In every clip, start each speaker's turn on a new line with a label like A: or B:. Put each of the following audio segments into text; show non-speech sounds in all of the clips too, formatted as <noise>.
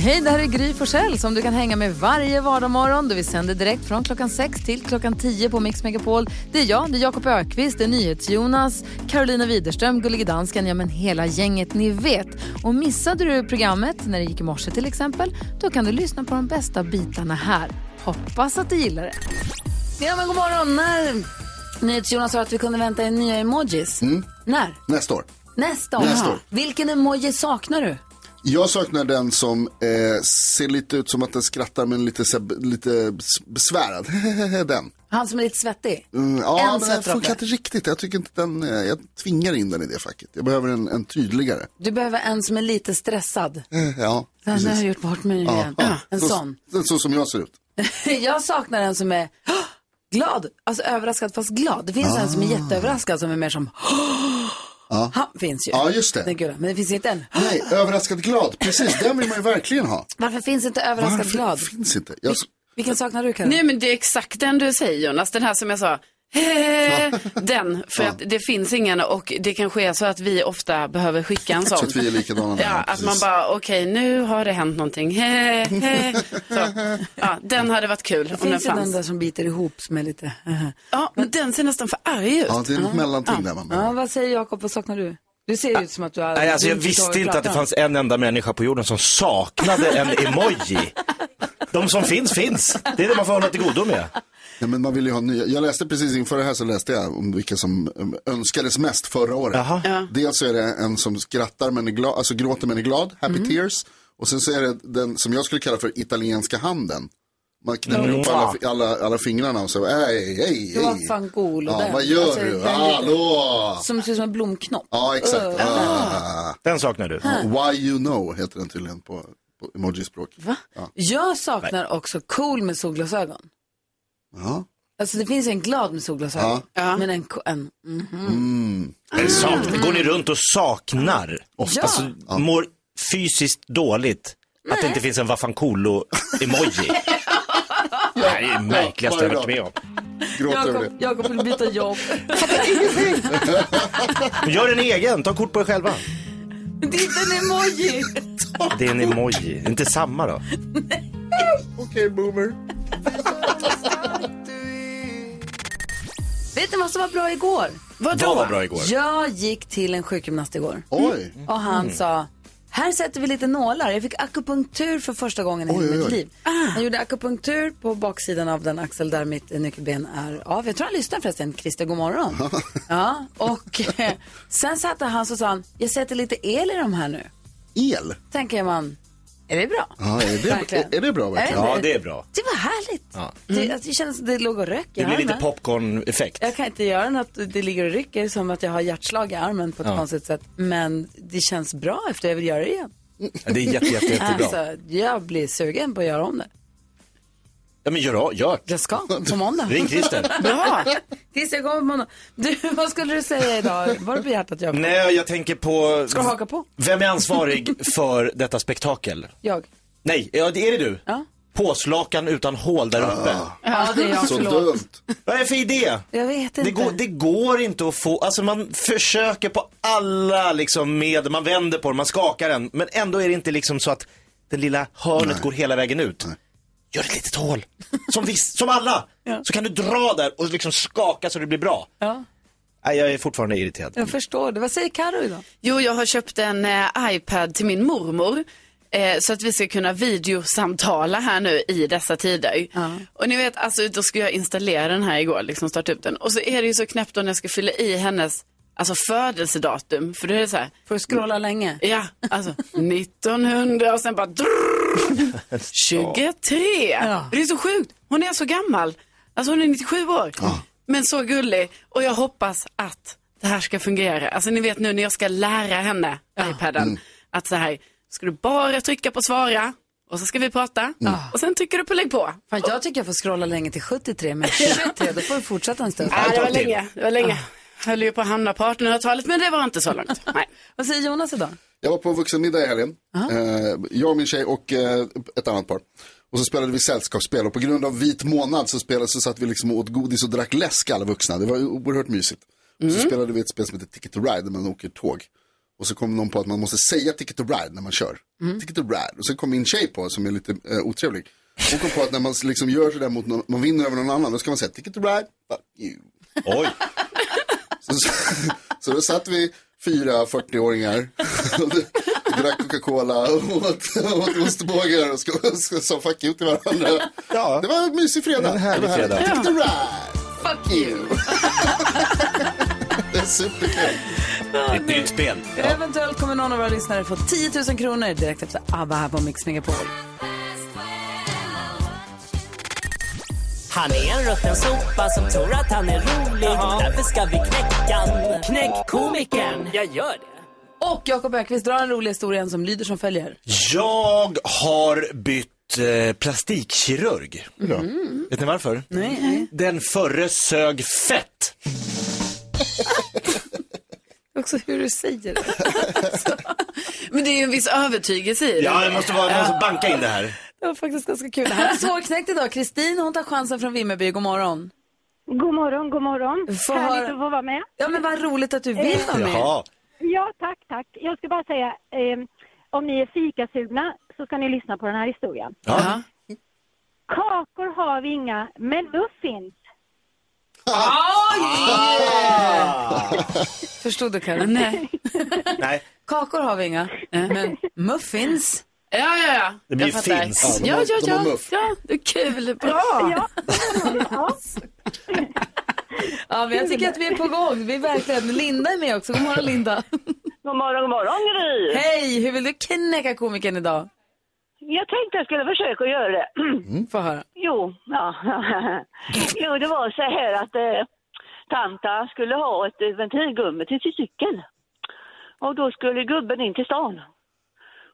A: Hej, det här är Gry Forssell som du kan hänga med varje vardagsmorgon. Vi sänder direkt från klockan 6 till klockan 10 på Mix Megapol. Det är jag, det är Jakob Ökvist, det är NyhetsJonas, Carolina Widerström, Gullige Dansken, ja men hela gänget ni vet. Och missade du programmet när det gick i morse till exempel, då kan du lyssna på de bästa bitarna här. Hoppas att du gillar det. Ja men god morgon, när NyhetsJonas sa att vi kunde vänta er nya emojis. När?
B: Nästa år.
A: Nästa år.
B: Mm. Nästa år.
A: Vilken emoji saknar du?
B: Jag saknar den som eh, ser lite ut som att den skrattar men lite, så här- lite s- besvärad. <laughs> den.
A: Han som är lite svettig?
B: Mm, ja,
A: En
B: men den
A: sötdroppe.
B: funkar inte riktigt. Jag tycker inte den, eh, jag tvingar in den i det facket. Jag behöver en, en tydligare. <laughs>
A: Du behöver en som är lite stressad.
B: Eh, ja,
A: Den har jag
B: precis.
A: gjort bort mig nu igen. Ah, En
B: Så-
A: sån. <laughs>
B: Så, så som jag ser ut.
A: Jag saknar en som är "Åh!" glad, alltså överraskad fast glad. Det finns en som är jätteöverraskad som är mer som
B: Ah. Ja.
A: Han finns ju.
B: Ja, just det.
A: Den gula. Men det finns inte en
B: Nej, överraskad glad. Precis, den vill man ju verkligen ha.
A: Varför finns inte överraskad
B: Varför
A: glad?
B: finns inte? Jag, s-
A: Vilken saknar du Karin?
C: Nej men det är exakt den du säger Jonas, den här som jag sa. Den, för
B: Ja.
C: att det finns ingen och det kanske är så att vi ofta behöver skicka en sån.
B: Så att vi
A: <laughs>
B: är likadana där,
C: Ja, att man
B: precis.
C: bara, okej nu har det hänt någonting. Så. Ja, den hade varit kul om den
A: finns ju den
C: fanns.
A: där som biter ihop som är lite... uh-huh.
C: Ja, men den ser nästan för arg ut.
B: ja, det är något mellanting där. Man
A: Ja, vad säger Jakob, vad saknar du? Du ser ut som att du har...
D: Nej, alltså jag
A: du inte
D: visste
A: förstår
D: inte att det
A: vad vi
D: fanns en enda människa på jorden som saknade
A: <laughs>
D: en emoji. De som finns, finns. Det är det man får hålla till godo med.
B: Nej, men man vill ju ha nya. Jag läste precis inför det här så läste jag om vilka som um, önskades mest förra året.
D: Jaha.
B: Dels så är det en som skrattar men är glad, alltså gråter men är glad, happy
A: Mm.
B: tears. Och sen så är det den som jag skulle kalla för italienska handen. Man knäpper ihop alla, alla, alla fingrarna och så, ej, ej, ej.
A: pratar om. Mm. Det var fan cool. och
B: Ja,
A: den.
B: vad gör
A: Alltså,
B: du?
A: den-
B: Hallå!
A: Som ser ut som en blomknopp.
B: Ja, exakt. Ah.
D: Den saknar du.
A: Ah.
B: Why you know heter den tydligen på, på emojispråk.
A: Va? Jag saknar också cool med solglasögon.
B: Ja.
A: Alltså det finns en glad med solglasögon. Men en, ko- en mm.
D: Men Saknar, går ni runt och saknar?
A: Ja.
D: Alltså, mår fysiskt dåligt. Att det inte finns
A: <laughs>
D: en vaffankolo-emoji. Det här är det märkligaste jag har varit med om.
B: Gråter över det.
A: Jakob, Jakob vill byta jobb.
D: Men Gör en egen, ta kort på er själva.
A: <laughs> det är inte en emoji.
D: Det är en emoji, det är inte samma då.
B: Okej, boomer.
A: Vet ni vad som var bra igår?
D: Vad var bra igår?
A: Jag gick till en sjukgymnast igår
B: Oj.
A: och han
B: Mm.
A: sa här sätter vi lite nålar. Jag fick akupunktur för första gången i hela
B: Oj, oj,
A: mitt
B: oj.
A: liv. Han gjorde akupunktur på baksidan av den axel där mitt eh, nyckelben är av. Jag tror han lyssnar förresten. Christer, god morgon. ja, och eh, sen satte han så sa han, jag sätter lite el i de här nu.
B: El.
A: Tänker man, är det bra?
B: Ja, är, det,
A: Verkligen.
B: är, är det bra verkligen?
D: Ja, det är bra.
A: Det var härligt. Det, alltså, det kändes som det låg och rök i
D: Det blir lite
A: armen.
D: popcorn-effekt.
A: Jag kan inte göra något, det ligger och rycker som att jag har hjärtslag i armen på ett konstigt sätt. Men det känns bra efter jag vill göra det igen.
D: Ja, Det är jätte, jätte, jättebra.
A: Alltså, jag blir sugen på att göra om det.
D: Ja, men gör, gör.
A: Jag ska, på måndag.
D: Ring Christer.
A: Bra! Tills jag kommer på måndag. Du, vad skulle du säga idag? Var det på hjärtat jag
D: Nej, jag tänker på...
A: Ska du haka på?
D: Vem är ansvarig för detta spektakel?
A: Jag.
D: Nej, ja, det är det du.
A: Ja.
D: Påslakan utan hål där uppe.
A: Ja, det är jag.
B: Så
A: Förlåt.
B: dumt.
D: Vad är det för idé?
A: Jag vet inte.
D: Det går, det går inte att få, alltså man försöker på alla liksom medel, man vänder på den, man skakar den, men ändå är det inte liksom så att det lilla hörnet går hela vägen ut. Gör ett litet hål, som, viss,
A: <laughs>
D: som alla, så kan du dra där och liksom skaka så det blir bra.
A: Ja.
D: Nej, jag är fortfarande irriterad.
A: Jag förstår det. Vad säger Karo idag?
C: Jo, jag har köpt en eh, iPad till min mormor. Eh, så att vi ska kunna videosamtala här nu i dessa tider. Och ni vet, alltså då skulle jag installera den här igår, liksom starta upp den. Och så är det ju så knäppt då när jag ska fylla i hennes alltså, födelsedatum. För då är det så här,
A: Får du scrolla länge?
C: ja, alltså 1900 och sen bara drrrr, <laughs> 23.
A: Ja.
C: Det är så sjukt, hon är så gammal. Alltså hon är 97 år. Men så gullig. Och jag hoppas att det här ska fungera. Alltså ni vet nu när jag ska lära henne iPaden. Att så här, ska du bara trycka på svara och så ska vi prata. Och sen trycker du på lägg på.
A: Fan,
D: <laughs>
A: jag tycker jag får scrolla länge till 73, men 23, då får vi fortsätta en stund.
C: Ah, det var
D: ett tag till.
C: länge, det var länge.
E: Höll ju på att hamna på 1800-talet, men det var inte så långt. Nej.
A: Vad säger Jonas idag?
B: Jag var på vuxenmiddag i helgen. Eh, jag och min tjej och eh, ett annat par. Och så spelade vi sällskapsspel och på grund av vit månad så spelade så satt vi liksom och åt godis och drack läsk alla vuxna. Det var ju oerhört mysigt. Och så spelade vi ett spel som heter Ticket to Ride där man åker tåg. Och så kom någon på att man måste säga Ticket to Ride när man kör. Ticket to Ride. Och så kom min tjej på som är lite eh, otrevlig. Hon kom på att när man liksom gör sådär mot någon, man vinner över någon annan, då ska man säga Ticket to Ride, fuck you.
D: Oj.
B: Så, så, så då satt vi fyra 40-åringar och drack Coca-Cola och åt, åt ostbågar och sko- och sa fuck you till varandra.
D: Ja.
B: Det var en mysig fredag.
D: En härlig
B: Det var härligt.
D: fredag.
B: Tick the ride. Fuck you. det är superkul.
D: Ett nytt spel.
A: Eventuellt kommer någon av våra lyssnare få 10 000 kronor direkt efter ABBA här på Mix Megapol.
F: Han är en rutten sopa som tror att han är rolig. Därför ska vi knäcka han. Knäck komikern. Jag gör det.
A: Och Jakob Ökvist drar en rolig historia som lyder som följer.
D: Jag har bytt eh, plastikkirurg. Vet ni varför?
A: Nej.
D: Den förre sög fett.
A: Också hur du säger det.
E: Men det är ju en viss övertygelse i det.
D: Ja, det måste vara någon som bankar in det här.
A: Det var faktiskt ganska kul. Här är svårknäckt idag. Kristin hon tar chansen från Vimmerby. God morgon.
G: God morgon, god morgon.
A: Får-
G: Härligt att få vara med.
A: Ja men vad roligt att du vill vara med.
D: Jaha.
G: Ja, tack, tack. Jag ska bara säga, eh, om ni är fikasugna så ska ni lyssna på den här historien.
D: Ja.
G: Kakor har vi inga, men muffins.
E: Ah.
A: Förstod du Karin?
E: Nej.
D: Nej,
A: Kakor har vi inga, Eh, men muffins.
E: Ja, ja, ja.
D: det blir
E: Jag fattar.
D: finns.
B: de
E: Ja,
B: har-
E: ja,
B: de har
E: ja.
B: muff.
E: ja. Det är kul. Bra.
G: Ja, ja.
A: Ja, men jag tycker att vi är på gång. Vi är verkligen. Linda är med också. God
E: <laughs>
A: morgon Linda.
C: God morgon, god morgon Gry!
A: Hej, hur vill du knäcka komikern idag?
C: Jag tänkte jag skulle försöka göra det.
A: Få höra.
C: jo, ja. jo, det var så här att eh, tanta skulle ha ett eh, ventilgummi till sin cykel. Och då skulle gubben in till stan.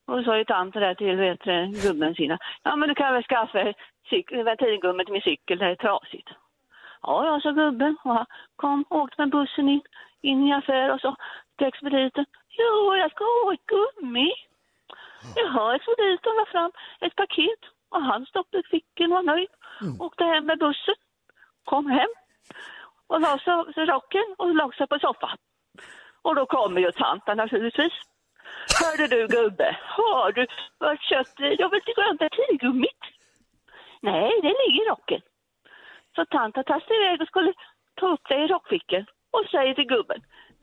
C: Och då sa ju tanten där till vet, du, gubben sina, ja men du kan väl skaffa cykel, ventilgummi till min cykel, det är trasigt. Ja, ja, sa gubben. Och han kom, åkte med bussen in, in i affär och så till expediten. Jo, jag ska ha ett gummi. Jaha, expediten la fram ett paket och han stoppade i fickan och var nöjd. Åkte hem med bussen, kom hem och la sig sig i rocken och la sig på soffan. Och då kommer ju tanten naturligtvis. Hörde du gubbe, har du varit kött? Jag vill inte glömt tillgummit. Nej, det ligger i rocken. Så tanten tastade iväg och skulle ta upp det i rockfickan och säger till gubben.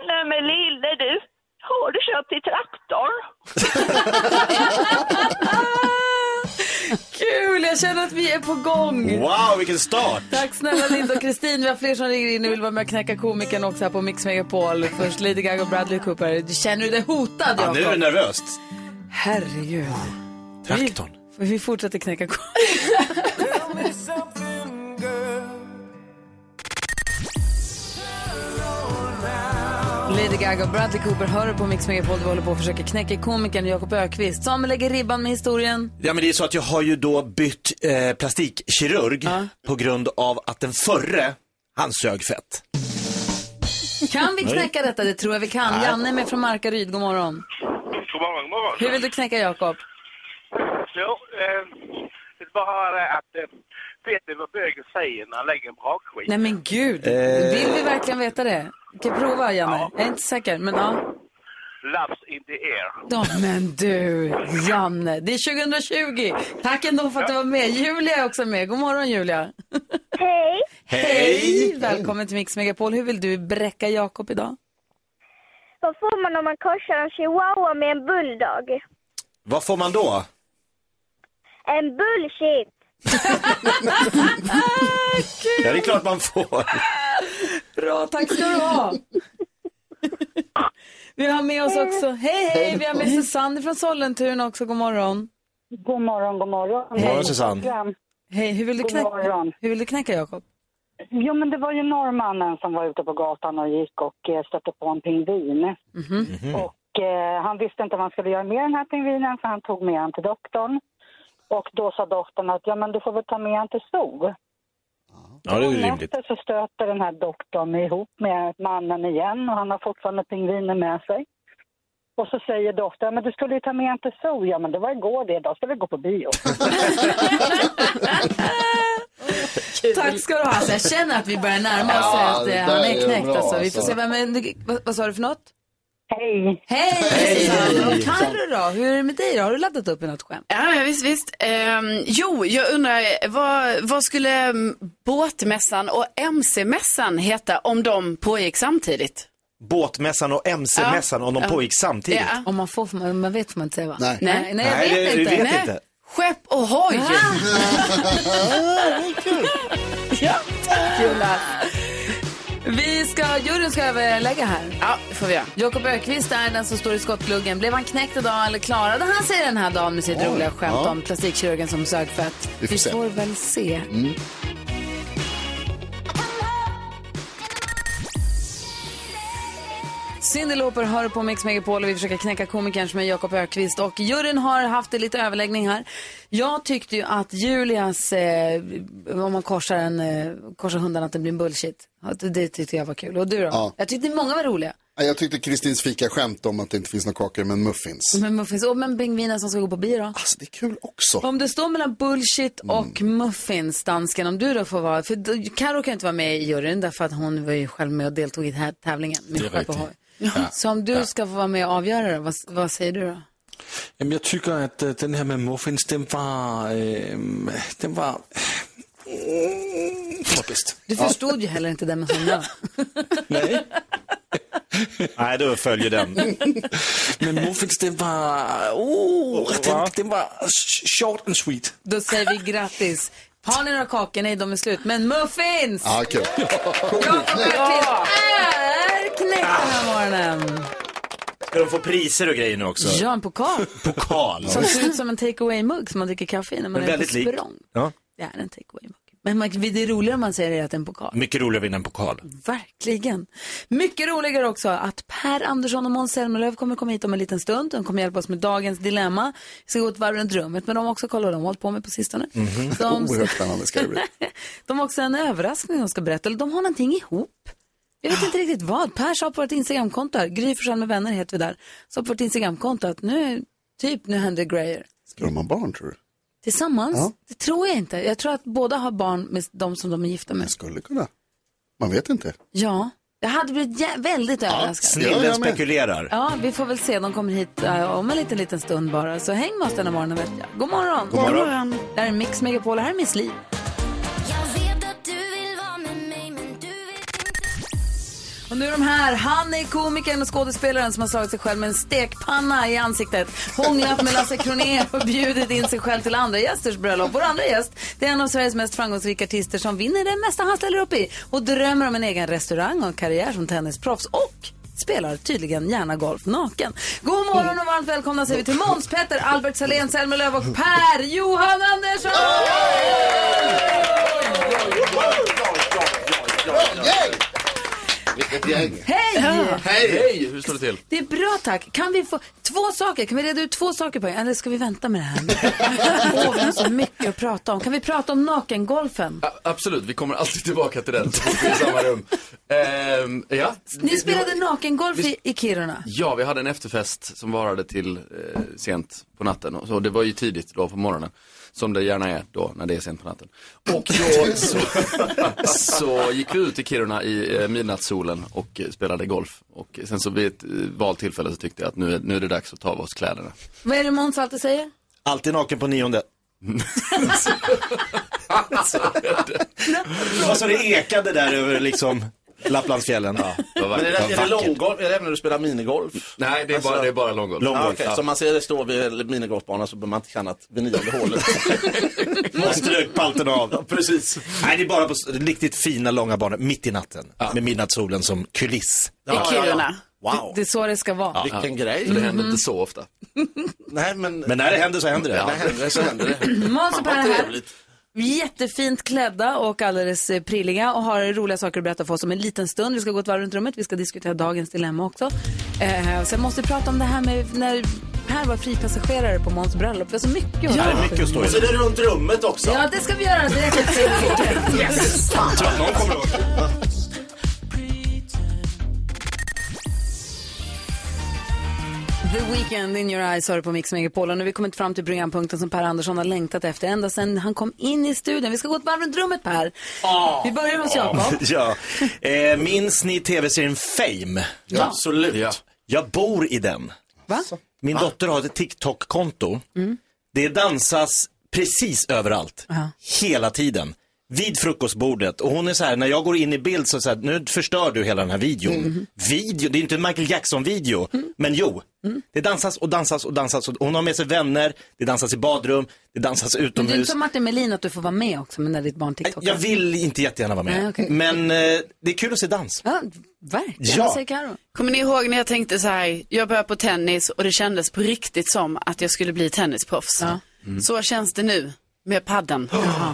C: Nej men lille du, har du köpt i traktorn?
A: Kul, jag känner att vi är på gång.
D: Wow, vilken start.
A: Tack snälla Linda och Kristin. Vi har fler som ringer in och vill vara med och knäcka komikern också här på Mix Megapol. Först Lady Gaga och Bradley Cooper. Du Känner du dig hotad
D: Ja,
A: Jakob?
D: nu är det nervöst.
A: Herregud.
D: Traktorn.
A: Vi fortsätter knäcka komikern. Lady Gaga och Bradley Cooper hör du på Mix Megapol. Vi håller på och försöker knäcka komikern Jakob Ökvist. Samuel lägger ribban med historien.
D: Ja men det är så att jag har ju då bytt eh, plastikkirurg på grund av att den förre, han sög fett.
A: Kan vi knäcka detta? Det tror jag vi kan. Janne är med från Markaryd. God morgon.
H: God morgon, god morgon.
A: Hur vill du knäcka Jakob?
H: Jo, eh, det är bara det att, eh, vet ni vad bögen säger när han lägger en brakskiva?
A: Nej men gud, vill vi verkligen veta det? Vi kan prova Janne. Jag är inte säker, men ja.
H: Loves in the air.
A: Ja, men du, Janne, det är 2020. Tack ändå för att du var med. Julia är också med. God morgon Julia.
G: Hej!
A: Hej! Välkommen till Mix Megapol. Hur vill du bräcka Jakob idag?
G: Vad får man om man korsar en chihuahua med en bulldog?
D: Vad får man då?
G: En bullshit!
D: Ja det är klart man får.
A: Bra, tack ska du ha. Vi har med oss också, hej hej, vi har med Susanne från Sollentuna också. God morgon.
C: God morgon, god morgon.
D: God morgon, Susanne.
A: Hej, hur vill du
C: God
A: knäcka,
C: morgon.
A: hur vill du knäcka Jakob?
C: Jo, men det var ju norrmannen som var ute på gatan och gick och eh, stötte på en pingvin.
I: Mhm.
C: Och eh, han visste inte vad han skulle göra med den här pingvinen så han tog med den till doktorn. Och då sa doktorn att ja, men du får väl ta med den till zoo.
I: Ja, det är ju
J: På
I: rimligt.
J: natten så stöter den här doktorn ihop med mannen igen och han har fortfarande pingviner med sig. Och så säger doktorn, "Ja, men du skulle ju ta med en till zoo. Ja, men det var igår det, idag ska vi gå på bio.
A: Tack ska du ha. Alltså, jag känner att vi börjar närma oss
J: Ja,
A: att
J: det
A: eh,
J: där
A: han
J: är
A: är knäckt.
J: bra,
A: alltså. Vi får
J: alltså.
A: se vem är, vad, vad sa du för något?
J: Hej!
A: Hej!
C: Hej.
A: Susanne. Och Carro då? Hur är det med dig då? Har du laddat upp i något skämt?
C: Ja, ja, visst, visst. Ehm, jo, jag undrar, eh, vad, vad skulle mm, båtmässan och MC-mässan heta om de pågick samtidigt?
I: Båtmässan och MC-mässan om de
C: Ja.
I: pågick samtidigt.
C: Ja.
A: Om man får, får man, man vet får man inte säga va?
I: Nej.
A: nej, nej jag
I: Nej,
A: vet
I: det- vi
A: inte.
I: vet inte.
C: Skepp och hoj!
J: Ah!
A: ja, kul att- Vi ska, juryn ska överlägga här.
C: Ja, det får vi göra.
A: Jakob Ökvist är den som står i skottgluggen. Blev han knäckt idag eller klarade han sig den här dagen med sitt
C: Oj,
A: roliga skämt
C: ja.
A: om plastikkirurgen som sög för att vi,
C: Vi får se.
A: får
C: Mm.
A: väl se. Cyndi Lauper hör på Mix Megapol och vi försöker knäcka komikern som är Jakob Ökvist och juryn har haft lite överläggning här. Jag tyckte ju att Julias, eh, om man korsar, en, eh, korsar hundarna att det blir en bullshit. Att Det tyckte jag var kul. Och du då?
B: Ja.
A: Jag tyckte många var roliga.
B: Nej, Jag tyckte Kristins fika skämt om att det inte finns några kakor men muffins.
A: Men muffins, och men pingviner som ska gå på bio då? Mm.
B: Alltså det är kul också.
A: Om det står mellan bullshit och muffins, dansken, om du då får vara, för då- Karo kan inte vara med i juryn därför att hon var ju själv med och deltog i den här tävlingen med
K: Det är
A: Skepp
K: riktigt.
A: och hoj. Mm.
K: Ja.
A: Så om du
K: Ja.
A: ska få vara med och avgöra det, vad, vad säger du då?
K: Jamen, jeg tycker att øh, den her med muffins, den var... Øh, den var... Den var bedst.
A: Du förstod ju heller inte det med hundarna.
I: <laughs> Nej, då följer den.
K: Men muffins, den var... Uh, den, den var sh- short and sweet.
A: Då säger vi grattis. Har ni några kakor? Nej, de är slut. Men muffins!
K: Ja, kul.
A: Jakob Öqvist är knäckt den här morgonen.
I: Ska de få priser och grejer nu också?
A: Ja, en pokal.
I: Pokal.
A: Som ser ut som en take away-mugg som man dricker kaffe i när man
I: Men
A: är på
I: väldigt lik.
A: språng.
I: Ja.
A: Det är en take away-mugg. Men man, det är roligare om man säger att det är en pokal.
I: Mycket roligare att vinna en pokal.
A: Verkligen. Mycket roligare också att Per Andersson och Måns Zelmerlöw kommer komma hit om en liten stund. De kommer hjälpa oss med dagens dilemma. Vi ska gå ett varv runt rummet med dem också kolla vad de har hållit på med på sistone.
I: Mhm.
A: De,
B: Oerhört spännande ska det bli.
A: de har också en överraskning de ska berätta. Eller de har någonting ihop. Jag vet inte riktigt vad. Per sa på vårt Instagramkonto här, Gry Forssell med vänner heter vi där, sa på vårt Instagramkonto att nu, typ nu händer grejer.
B: Ska de ha barn tror du?
A: Tillsammans?
B: Ja.
A: Det tror jag inte. Jag tror att båda har barn med de som de är gifta med.
B: Skulle kunna. Man vet inte.
A: Ja, jag hade blivit jä- väldigt överraskad.
I: Snillen spekulerar.
A: Ja, vi får väl se. De kommer hit eh, om en liten, liten stund bara. Så häng med oss den här morgonen vet jag. God morgon!
I: God morgon. God morgon.
A: Det här är Mix Megapol och här är Miss Li. Och nu är de här. Han är komikern och skådespelaren som har slagit sig själv med en stekpanna i ansiktet. Hånglat med Lasse Kronér och bjudit in sig själv till andra gästers bröllop. Vår andra gäst det är en av Sveriges mest framgångsrika artister som vinner det mesta han ställer upp i. Och drömmer om en egen restaurang och en karriär som tennisproffs. Och spelar tydligen gärna golf naken. God morgon och varmt välkomna säger vi till Måns Petter, Albert Salén, Selma Löf och Per Johan Andersson!
H: Vilket gäng!
A: Hej!
H: Hej! Hej! Hur står det till?
A: Det är bra tack. Kan vi få två saker? Kan vi reda ut två saker på en? Eller ska vi vänta med det här? Åh, vi har så mycket att prata om. Kan vi prata om nakengolfen?
H: A- absolut, vi kommer alltid tillbaka till den så fort vi är i
K: <laughs>
H: samma rum. Ehm, ja.
A: Ni spelade nakengolf i, i Kiruna.
H: Ja, vi hade en efterfest som varade till eh, sent på natten. Och så, det var ju tidigt då på morgonen. Som det gärna är då när det är sent på natten. Och då så, så gick vi ut i Kiruna i eh, midnattssolen och eh, spelade golf. Och sen så vid ett eh, valtillfälle så tyckte jag att nu, är- nu är det dags att ta av oss kläderna.
A: Vad är det Måns alltid säger?
I: Alltid naken på
D: <laughs>
I: nionde. Och så det ekade där över liksom Lapplandsfjällen.
H: det var
D: Men är det, är det
I: vackert.
D: långgolf? Är det även när du spelar minigolf?
H: Nej, det är bara- det är bara långgolf.
D: Ah,
H: Långgolf,
D: okej.
H: ja.
D: Så om man ser det stå vid minigolfbanan så behöver man inte känna att vid nionde hålet.
I: <laughs> Man strök palten av. Precis. Nej, det är bara på s- riktigt fina långa banor, mitt i natten. Med midnattssolen som kuliss.
A: I Kiruna.
I: Wow.
A: Det är så det ska vara.
I: Vilken
H: grej. För det händer inte så ofta.
D: <laughs> Nej, men...
I: Men när det händer så händer det.
D: Ja, när det händer så händer det.
A: Måns och Per är här.
D: Trevligt.
A: Jättefint klädda och alldeles eh, prilliga och har roliga saker att berätta för oss om en liten stund. Vi ska gå ett varv runt rummet, vi ska diskutera dagens dilemma också. Eh, sen måste vi prata om det här med när Per var fripassagerare på Måns bröllop. Det var så mycket att
L: Ja.
A: höra.
L: Det är mycket att stå i.
D: Och så är det runt rummet också.
A: Ja, det ska vi göra direkt
L: <laughs>
A: efter musiken.
L: Yes!
D: Jag tror att någon kommer ihåg.
A: The Weeknd in your eyes har du på Mix Megapol och nu har vi kommit fram till programpunkten som Per Andersson har längtat efter ända sedan han kom in i studion. Vi ska gå ett varv runt rummet Per.
D: Ah.
A: Vi börjar hos Jakob.
I: <laughs> ja. eh, minns ni tv-serien Fame?
A: Ja.
I: Absolut. Jag bor i den.
A: Va?
I: Min dotter har ett TikTok-konto.
A: Mm.
I: Det dansas precis överallt.
A: Ja.
I: Hela tiden. Vid frukostbordet. Och hon är så här, när jag går in i bild så, är det så här, nu förstör du hela den här videon.
A: Mm.
L: Mhm.
I: Video, det är inte en Michael Jackson-video. Men jo,
A: Mm.
I: det dansas och dansas och dansas. Och hon har med sig vänner, det dansas i badrum, det dansas
A: Men du är
I: utomhus.
A: inte som Martin Melin att du får vara med också men när ditt barn TikTokar.
I: Jag vill inte jättegärna vara med.
A: Nej, okej.
I: Men eh, det är kul att se dans.
A: Ja, verkligen.
I: Ja.
A: Vad säger Karo?
C: Kommer ni ihåg när jag tänkte så här, jag började på tennis och det kändes på riktigt som att jag skulle bli tennisproffs.
L: Mm.
C: Så känns det nu
L: <gasps>
C: med padden.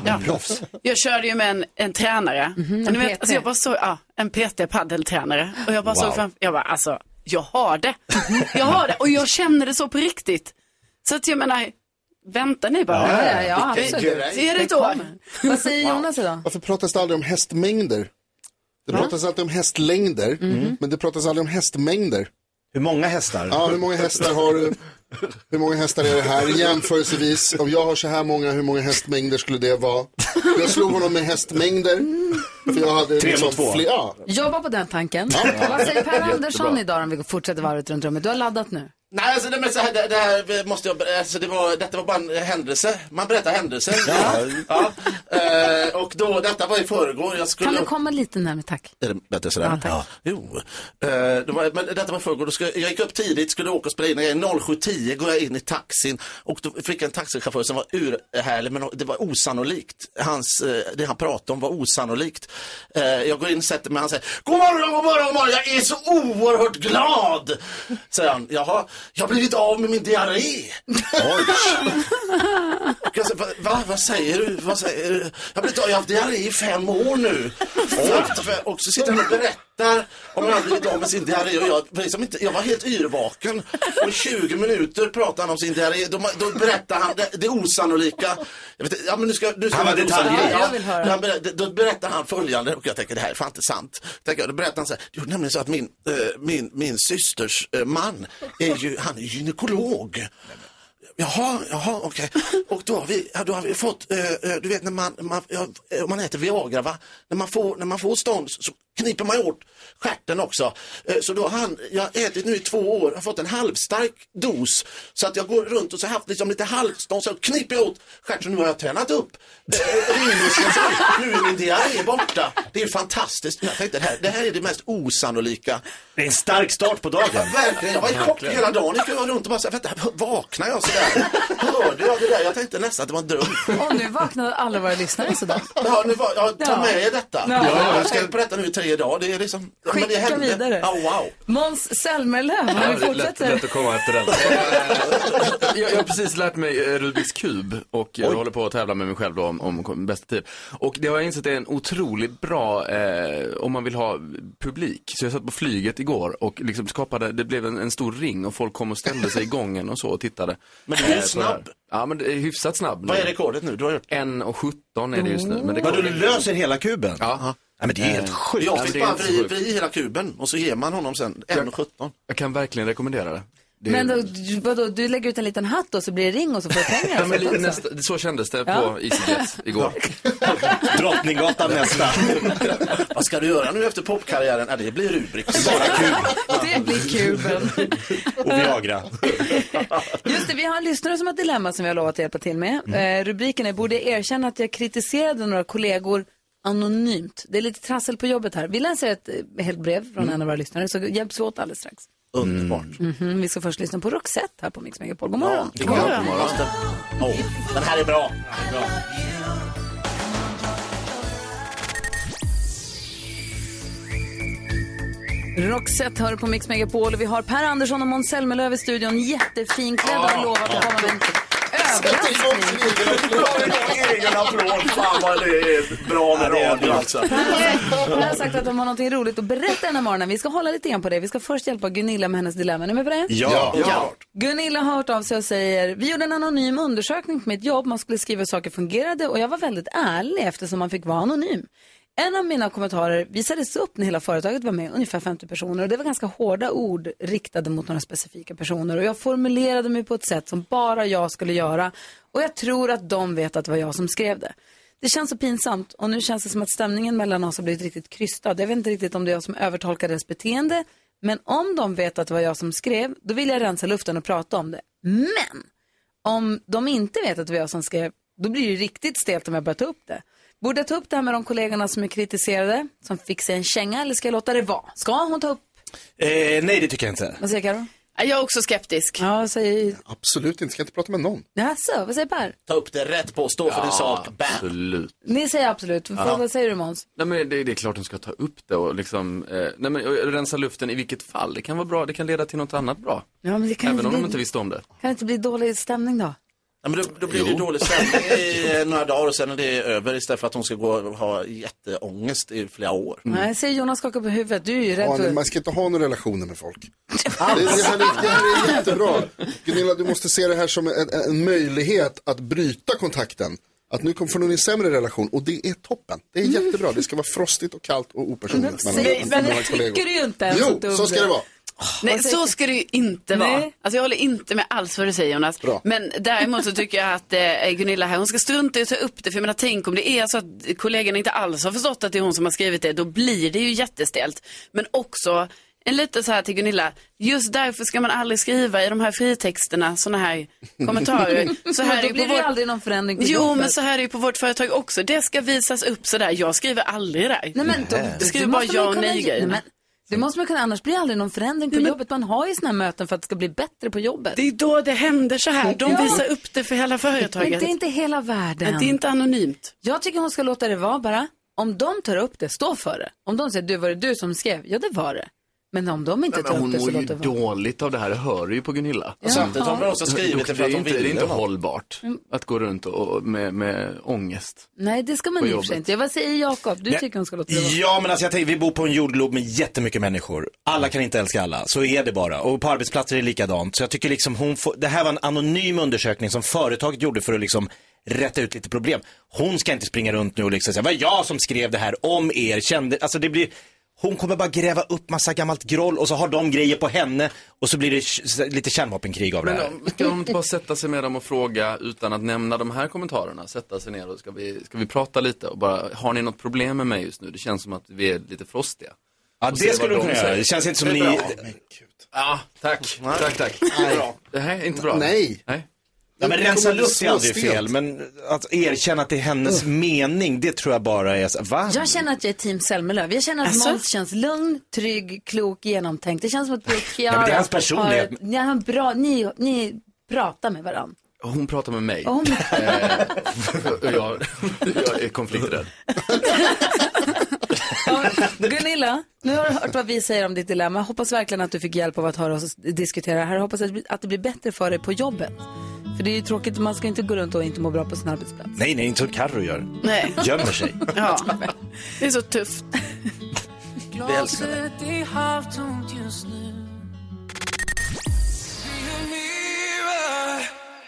C: Ja.
L: Proffs.
C: Jag körde ju med en, en tränare. och ni
L: en
C: vet,
L: PT.
C: alltså jag bara så, ja, en PT paddeltränare. Och jag bara
L: Wow.
C: såg framför, jag bara alltså, jag har det. Jag har det och jag känner det så på riktigt. Så att jag menar, vänta ni bara.
L: Ja, ja,
B: ja, absolut.
C: Ge det ett år.
A: Vad säger Jonas idag?
B: Varför pratas det aldrig om hästmängder? Det pratas alltid om hästlängder,
L: Mhm.
B: men det pratas aldrig om hästmängder.
I: Hur många hästar?
B: Ja, hur många hästar har du? Hur många hästar är det här? Jämförelsevis, om jag har så här många, hur många hästmängder skulle det vara? Jag slog honom med hästmängder. För jag hade
A: Tre mot
B: liksom
A: två.
B: fler- ja.
A: Jobba på den tanken. Vad säger Per Andersson idag om vi fortsätter varvet runt rummet? Du har laddat nu.
D: Nej, alltså, det, men så här, det, det här måste jag, alltså, det var, detta var bara en händelse. Man berättar händelser. Ja. ja. Eh, och då, detta var i förrgår. Jag skulle
A: Kan du komma lite närmare tack?
D: Är det bättre sådär?
A: Ja, tack.
D: Jo. Eh, det var, men detta var förrgår. Då skulle- Jag gick upp tidigt, skulle åka och spela in. Jag är 07.10 går jag in i taxin och då fick jag en taxichaufför som var urhärlig, men det var osannolikt. Hans, eh, det han pratade om var osannolikt. Eh, jag går in och sätter mig, han säger God morgon, god morgon, god morgon, jag är så oerhört glad! Säger han, jaha, jag har blivit av med min diarré. <laughs> Och jag säger, "Va- va, vad säger du? Vad säger du? Jag, blir, jag har haft diarré i fem år nu. Och så sitter han och berättar om hur han blivit av med sin diarré. Och jag, liksom inte, jag var helt yrvaken. Och i 20 minuter pratar han om sin diarré. Då, då berättar han det, det osannolika. Jag vet, inte, ja, men nu ska, nu ska
I: Han var
D: det osannolika.
I: detaljer.
D: Ja,
I: Ja, jag vill höra.
D: han berätt- då berättar han följande och jag tänker det här är fan inte sant. Tänker, jag, då berättar han så här, det gjorde nämligen så att min, eh, min, min systers eh, man är ju, han är gynekolog. Jaha, jaha, okej. Och då har vi, ja, då har vi fått, eh, eh, du vet när man, man, ja, eh, om man äter Viagra va, när man får, när man får stånd så kniper man ju åt stjärten också. Eh, så då har han, jag har ätit nu i två år, har fått en halvstark dos. Så att jag går runt och så har jag haft liksom lite halvstånd, så kniper jag åt stjärten, så nu har jag tränat upp. Eh, ringmuskeln, så nu är min diarré borta. Det är ju fantastiskt. Jag tänkte, det, här, det här är det mest osannolika.
I: Det är en stark start på dagen.
D: Verkligen, jag var i chock
I: Verkligen.
D: hela dagen. Jag gick runt och bara så här, vänta, vaknar jag sådär? Hörde jag det där? Jag tänkte nästan att det var en dröm.
A: Och nu vaknade alla våra lyssnare sådär.
D: Ja, nu var, ja, ta
A: Ja.
D: med er detta.
A: Ja.
D: Jag ska på detta nu i tre dagar. Det är liksom, ja, men det
A: Skicka
D: hände.
A: vidare.
D: Ja, wow.
A: Måns Zelmerlöw, om vi fortsätter.
H: att komma efter den. <laughs> jag, jag har precis lärt mig eh, Rubiks kub och jag håller på att tävla med mig själv då om, om bästa tid. Och det har jag insett är en otroligt bra, eh, om man vill ha publik. Så jag satt på flyget igår och liksom skapade, det blev en, en stor ring och folk kom och ställde sig i gången och så och tittade.
D: Men du är ju
H: Eh, på det här.
D: snabb.
H: Ja, men det är hyfsat snabb.
D: Vad är rekordet nu? Du har gjort
H: 1.17 är det just nu. Men det
I: Vadå,
H: kommer-
I: du löser hela kuben?
H: Ja.
I: men det är helt
H: Eh,
I: sjukt.
H: ja,
D: Jag
H: men det
D: fick
H: är
D: bara
H: inte så
D: vri,
H: sjukt.
D: vri hela kuben och så ger man honom sen 1,17.
H: Jag kan verkligen rekommendera det. det
A: Men då, du- vadå, du lägger ut en liten hatt och så blir det ring och så får du pengar.
H: Ja, men
A: alltså.
H: li- nästa, så kändes det
A: Ja.
H: på EasyJet igår.
I: Drottninggatan nästa.
D: Vad ska du göra nu efter popkarriären? Ja, det blir rubrik.
A: <laughs> Det blir kuben.
I: Och Viagra.
A: Just det, vi har en lyssnare som har ett dilemma som vi har lovat att hjälpa till med. Eh, rubriken är Borde jag erkänna att jag kritiserade några kollegor anonymt? Det är lite trassel på jobbet här. Vi läser ett eh, helt brev från en av våra lyssnare så hjälps vi åt alldeles strax.
D: Underbart.
A: Mhm, vi ska först lyssna på Roxette här på Mix Megapol. God morgon.
D: God morgon. God morgon. Åh, den här är bra.
A: Roxette hör på Mix Megapol och vi har Per Andersson och Måns Zelmerlöw i studion. Jättefin klädd och har lovat att komma med en
D: <laughs> Egen applåd, fan vad det är bra med radio alltså.
A: Nu har jag sagt att de har något roligt att berätta den här morgonen. Vi ska hålla lite igen på det. Vi ska först hjälpa Gunilla med hennes dilemma. Är ni med på det?
D: Ja. Ja.
A: Gunilla har hört av sig och säger, vi gjorde en anonym undersökning på mitt jobb. Man skulle skriva hur saker fungerade och jag var väldigt ärlig eftersom man fick vara anonym. En av mina kommentarer visades upp när hela företaget var med, ungefär 50 personer. Och det var ganska hårda ord riktade mot några specifika personer. Och jag formulerade mig på ett sätt som bara jag skulle göra. Och jag tror att de vet att det var jag som skrev det. Det känns så pinsamt och nu känns det som att stämningen mellan oss har blivit riktigt krystad. Jag vet inte riktigt om det är jag som övertolkar deras beteende. Men om de vet att det var jag som skrev, då vill jag rensa luften och prata om det. Men om de inte vet att det var jag som skrev, då blir det ju riktigt stelt om jag börjar ta upp det. Borde jag ta upp det här med de kollegorna som är kritiserade, som fick sig en känga, eller ska jag låta det vara? Ska hon ta upp?
I: Eh, nej, det tycker jag inte.
A: Vad säger Karo?
C: Jag är också skeptisk.
A: Ja, vad säger...
B: Absolut inte, ska inte prata med någon.
A: Jaså, vad säger Per?
D: Ta upp det rätt på, stå för din sak. Bam.
H: Absolut.
A: Ni säger absolut.
H: Ja.
A: Vad säger du Måns?
H: Nej men det, det är klart de ska ta upp det och liksom, eh, nej men och rensa luften i vilket fall. Det kan vara bra, det kan leda till något annat bra.
A: Ja, men det kan
H: Även
A: inte
H: om de
A: bli-
H: inte visste om det.
A: Kan det inte bli dålig stämning då?
D: Ja, men då, då blir det ju dålig stämning i några dagar och sen är det över istället för att hon ska gå och ha jätteångest i flera år.
A: Nej, säger Jonas skakar på huvudet. Du är ju rädd
B: Mm.
C: Alltså-
B: Ja,
A: för...
B: nej, man ska inte ha några relationer med
C: <laughs>
B: folk. Det, det, här, är- det här är jättebra. Gunilla, du måste se det här som en, en möjlighet att bryta kontakten. Att nu kommer från en sämre relation och det är toppen. Det är jättebra. Det ska vara frostigt och kallt och opersonligt mellan
C: säger-
B: mellan
C: Mm. men
B: våra kollegor.
C: tycker du ju inte ens att du-
B: Jo, så ska det vara.
C: Nej, så ska det ju inte vara.
B: Nej.
C: Alltså, jag håller inte med alls vad du säger Jonas. Men däremot så tycker jag att eh, Gunilla här, hon ska strunta i att ta upp det. För jag menar, tänk om det är så att kollegorna inte alls har förstått att det är hon som har skrivit det. Då blir det ju jättestelt. Men också, en liten så här till Gunilla. Just därför ska man aldrig skriva i de här fritexterna sådana här
A: <laughs>
C: kommentarer. Så här
A: Men
C: är
A: då
C: ju
A: blir
C: på
A: det ju aldrig
C: vårt...
A: alltså. någon förändring på
C: Jo,
A: jobbet.
C: men så här är det ju på vårt företag också. Det ska visas upp sådär. Jag skriver aldrig där.
A: Nej, men då,
C: jag skriver
A: det
C: bara
A: måste
C: ja
A: man
C: och
A: kunna-
C: nej-grejer.
A: men Det måste man kunna, annars blir det aldrig någon förändring på jobbet. Man har ju sådana här möten för att det ska bli bättre på jobbet.
C: Det är då det händer så här. De
A: Ja.
C: visar upp det för hela företaget.
A: Men det är inte hela världen.
C: Men det är inte anonymt.
A: Jag tycker hon ska låta det vara bara. Om de tar upp det, stå för det. Om de säger du var det du som skrev, ja det var det. Men om de inte
H: Nej, men
A: tar upp
H: hon
A: det så
H: mår ju
A: låt det vara.
H: dåligt av det här, det hör ju på Gunilla.
A: Ja. Samtidigt har hon väl också
D: skrivit det för
H: är
D: att
H: inte,
D: hon
H: Mm. Det är
D: ville
H: inte
D: något.
H: hållbart
A: Mm.
H: att gå runt och, och med, med ångest.
A: Nej, det ska man
H: På
A: i och för sig
H: jobbet.
A: inte. Vad säger Jakob? Du
I: Nej.
A: tycker hon ska låta det vara.
I: Ja, men alltså jag tänker, vi bor på en jordglob med jättemycket människor. Alla kan inte älska alla, så är det bara. Och på arbetsplatser är det likadant. Så jag tycker liksom hon får, det här var en anonym undersökning som företaget gjorde för att liksom rätta ut lite problem. Hon ska inte springa runt nu och liksom säga, vad jag som skrev det här om er, kände, alltså det blir, hon kommer bara gräva upp massa gammalt groll och så har de grejer på henne och så blir det k- lite kärnvapenkrig av det
H: Men
I: här.
H: om- ska de inte bara sätta sig med dem och fråga utan att nämna de här kommentarerna? Sätta sig ner och ska vi, ska vi prata lite och bara, har ni något problem med mig just nu? Det känns som att vi är lite frostiga.
I: Ja,
H: Och
I: det
H: se vad
I: skulle
H: de
I: du kunna göra.
H: säger.
I: Det känns inte som
H: är
I: ni-
H: bra.
I: Men
H: Ja, tack. Tack, tack. Det här är inte bra.
I: Nej.
H: Nej.
I: Ja, men
H: Det kommer
I: rensa
H: bli
I: luft är aldrig
H: småstelt.
I: fel, men att erkänna att det är hennes mening, det tror jag bara är så, va?
A: Jag känner att jag är team Selmelöv. Jag känner att
I: Alltså?
A: Måns känns lugn, trygg, klok, genomtänkt. Det känns som att du och Kiara
H: men det är hans
A: har-
H: personlighet.
A: Ni har en bra, ni, ni pratar med varandra.
H: Hon pratar med mig.
A: Och hon- <laughs>
H: Eh, och jag, jag är konflikträdd.
A: Gunilla, nu har du hört vad vi säger om ditt dilemma. Jag hoppas verkligen att du fick hjälp av att höra oss diskutera det här. Jag hoppas att det blir- att det blir bättre för dig på jobbet. För det är ju tråkigt, man ska inte gå runt och inte må bra på sin arbetsplats.
I: Nej, nej, inte som Carro gör.
C: Nej.
I: Gömmer sig.
C: Ja. Det är så
D: <laughs>
C: tufft.
I: Vi älskar dig.
F: är halvt tomt just nu.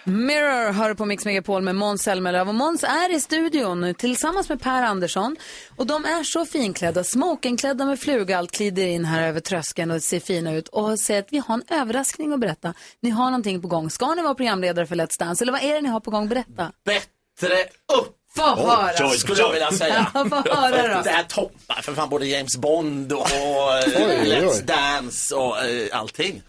A: Mirror hör på Mix Megapol med Måns Zelmerlöw och Måns är i studion tillsammans med Per Andersson och de är så finklädda, smokingklädda med flugalt, klider in här över tröskeln och ser fina ut och säger att vi har en överraskning att berätta. Ni har någonting på gång. Ska ni vara programledare för Let's Dance eller vad är det ni har på gång? Berätta.
D: Bättre upp!
A: Få höra.
D: Oj, oj, oj. Skulle jag vilja säga.
A: Ja, få höra då.
D: Det här toppar för fan både James Bond och eh,
H: Oj, oj, oj.
D: Let's Dance och eh, allting.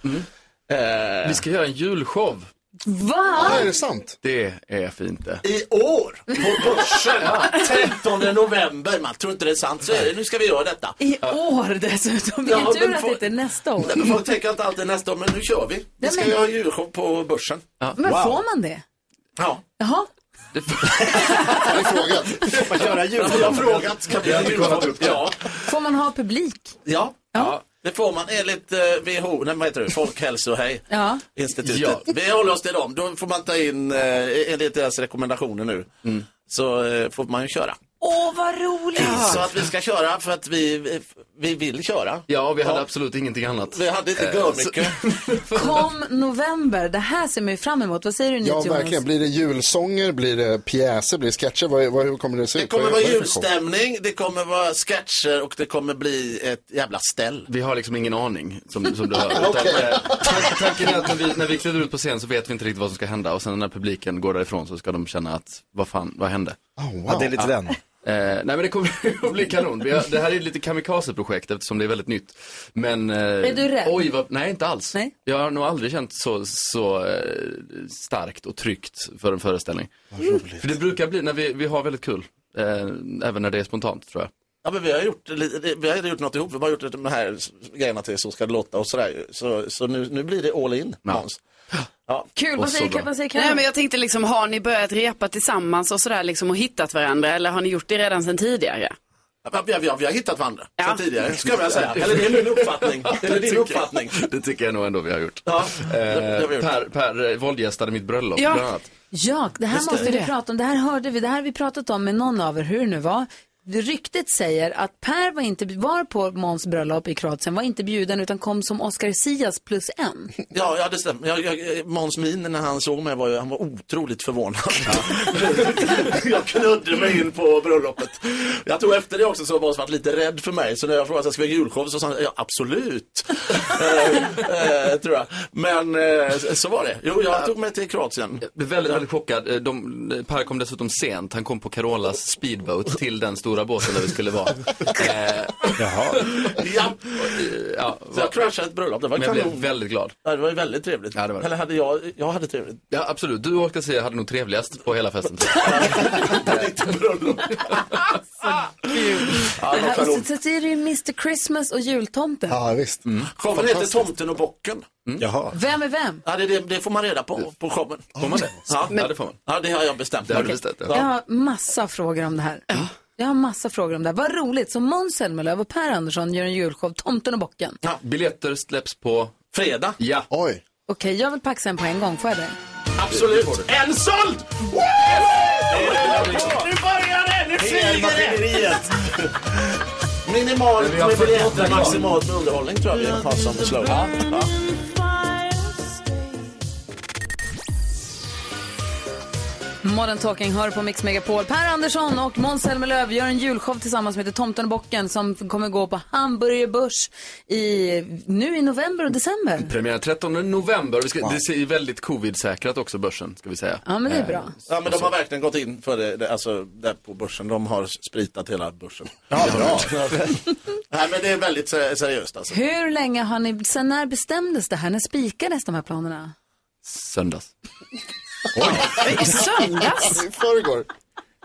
H: Vi ska göra en julshow.
A: Va?
H: Ja, är det
B: sant?
H: Det är fint det.
D: I år på börsen, <laughs> 13 november, man tror inte det är sant, så är det. Nu ska vi göra detta.
A: I år dessutom. Vilken
D: Ja,
A: tur
D: men
A: att det
D: får-
A: inte är nästa år.
D: Nej, men folk tänker inte alltid nästa år, men nu kör vi. Vi
A: Ja,
D: ska
A: men-
D: göra julshow på börsen.
A: Men får man det?
D: Ja.
A: Jaha.
D: Har ni
C: <laughs>
D: frågat?
I: Får man göra
D: Jag har frågat. Kan vi
A: Jag
D: göra
A: hade kollat
D: julshow? Ja.
A: Får man ha publik?
D: Ja.
A: Ja.
D: Det får man enligt eh, WHO, nej, vad heter det? Folkhälso, hej.
A: Ja.
D: Institutet. Vi håller oss till dem. Då får man ta in eh, enligt deras rekommendationer nu. Så eh, får man ju köra.
A: Åh, vad roligt!
D: Så att vi ska köra för att vi, vi vill köra.
H: Ja, vi hade absolut ingenting annat.
D: Vi hade inte
H: Eh,
D: görmycket.
A: Kom november, det här ser man ju fram emot. Vad säger du
B: Ja,
A: Nyhets Jonas?
B: verkligen. Blir det julsånger, blir det pjäser, blir det sketcher? Vad, vad, hur kommer det se ut?
D: Det kommer
B: Vad-
D: vara
B: vad är det för show?
D: julstämning, det kommer vara sketcher och det kommer bli ett jävla ställ.
H: Vi har liksom ingen aning, som, som du
D: <laughs>
H: hör. Utan,
D: Okej.
H: eh, tan- Tanken är att när vi, när vi kliver ut på scen så vet vi inte riktigt vad som ska hända och sen när publiken går därifrån så ska de känna att, vad fan, vad hände?
B: wow. Ja, det är lite den.
H: Eh, nej men det kommer <laughs> att bli kanon. Vi har, det här är lite kamikazeprojekt eftersom det är väldigt nytt. Men... eh,
A: Är du rädd?
H: Oj, vad, nej inte alls.
A: Nej.
H: Jag har nog aldrig känt så, så eh, starkt och tryggt för en föreställning. För det brukar bli, när vi, vi har väldigt kul. Eh, även när det är spontant tror jag. <laughs>
D: Ja, men vi har gjort, li- vi har gjort något ihop, vi har gjort de här grejerna till Så ska det låta och sådär. Så, så nu, nu blir det all in, Måns. Ja.
A: Kul, vad säger, vad säger Karin?
C: Nej, men jag tänkte liksom, har ni börjat repa tillsammans och sådär liksom och hittat varandra eller har ni gjort det redan sedan tidigare?
D: Ja, vi, har, vi, har, vi har hittat varandra sedan tidigare, skulle jag vilja säga.
H: Ja.
D: Eller det är min uppfattning. Det är din
H: tycker-
D: uppfattning.
H: Det tycker jag nog ändå vi har gjort.
D: Ja,
H: eh, per, per eh, våldgästade mitt bröllop
A: Ja.
H: bland annat.
A: Ja, det här
H: Just det.
A: måste vi
H: Det.
A: prata om. Det här hörde vi, det här har vi pratat om med någon av er, hur det nu var. Ryktet säger att Per var, inte, var på Måns bröllop i Kroatien, var inte bjuden utan kom som Oscar Sias plus en.
D: Ja, ja, det stämmer. Jag, jag, Måns min när han såg mig var ju, han var otroligt förvånad. <laughs> jag knudde mig in på bröllopet. Jag tror efter det också så har Måns varit lite rädd för mig. Så när jag frågade om jag skulle göra julshow så sa han, ja absolut. <laughs> eh, eh, tror jag. Men eh, så var det. Jo, jag tog mig till Kroatien.
H: Jag blev väldigt, väldigt chockad. Eh, De, per kom dessutom sent. Han kom på Carolas speedboat till den stora båten där vi skulle vara. Eh, Jaha.
D: Ja.
H: ja,
D: Så jag crashade ett bröllop. Det var
H: Men jag blev
D: kanon.
H: väldigt glad.
D: Ja, det var ju väldigt trevligt.
H: Ja, det var det.
D: Eller hade jag, jag hade trevligt.
H: Ja, absolut. Du och Oscar Zia hade nog trevligast på hela festen.
D: Ja, det var
A: och
D: kanon.
A: så, så är det ju Mr Christmas och jultomten.
B: Ja, visst.
D: Showen heter Tomten och bocken. Mm.
B: Jaha.
A: Vem är vem?
D: Ja, det, det, det får man reda på på showen.
H: Får man det?
D: Ja,
H: Ja, det får man.
D: Ja, det har jag bestämt.
H: Det har du bestämt, ja.
A: Jag har massa frågor om det här. Jag har massa frågor om det här. Vad roligt, så Måns Zelmerlöw och Per Andersson gör en julshow, Tomten och bocken.
H: Biljetter släpps på...
D: Fredag.
H: Ja.
B: Oj.
A: Okej, jag vill paxa en på en gång, får jag det?
D: Absolut. En såld! Woo! Nu börjar det! Nu flyger det! <laughs> Minimalt
H: Vi har
D: med
H: 48
D: biljetter,
H: kvar.
D: maximalt med underhållning tror jag vi har som slogan. Ja.
A: Modern Talking hör på Mix Megapol. Per Andersson och Måns Zelmerlöw gör en julshow tillsammans med Tomten och bocken som kommer gå på Hamburger Börs i, nu i november och december.
H: Premiär 13 november. Vi ska, Det ser ju väldigt covid-säkrat också, börsen, ska vi säga.
A: Ja, men det är bra.
D: Ja, men de har verkligen gått in för det, det alltså där på börsen. De har spritat hela börsen.
B: Ja,
D: <laughs>
B: bra.
D: Nej, men det är väldigt se- seriöst alltså.
A: Hur länge har ni, sen när bestämdes det här? När spikades de här planerna?
H: Söndags.
A: I söndags?
B: I förrgår.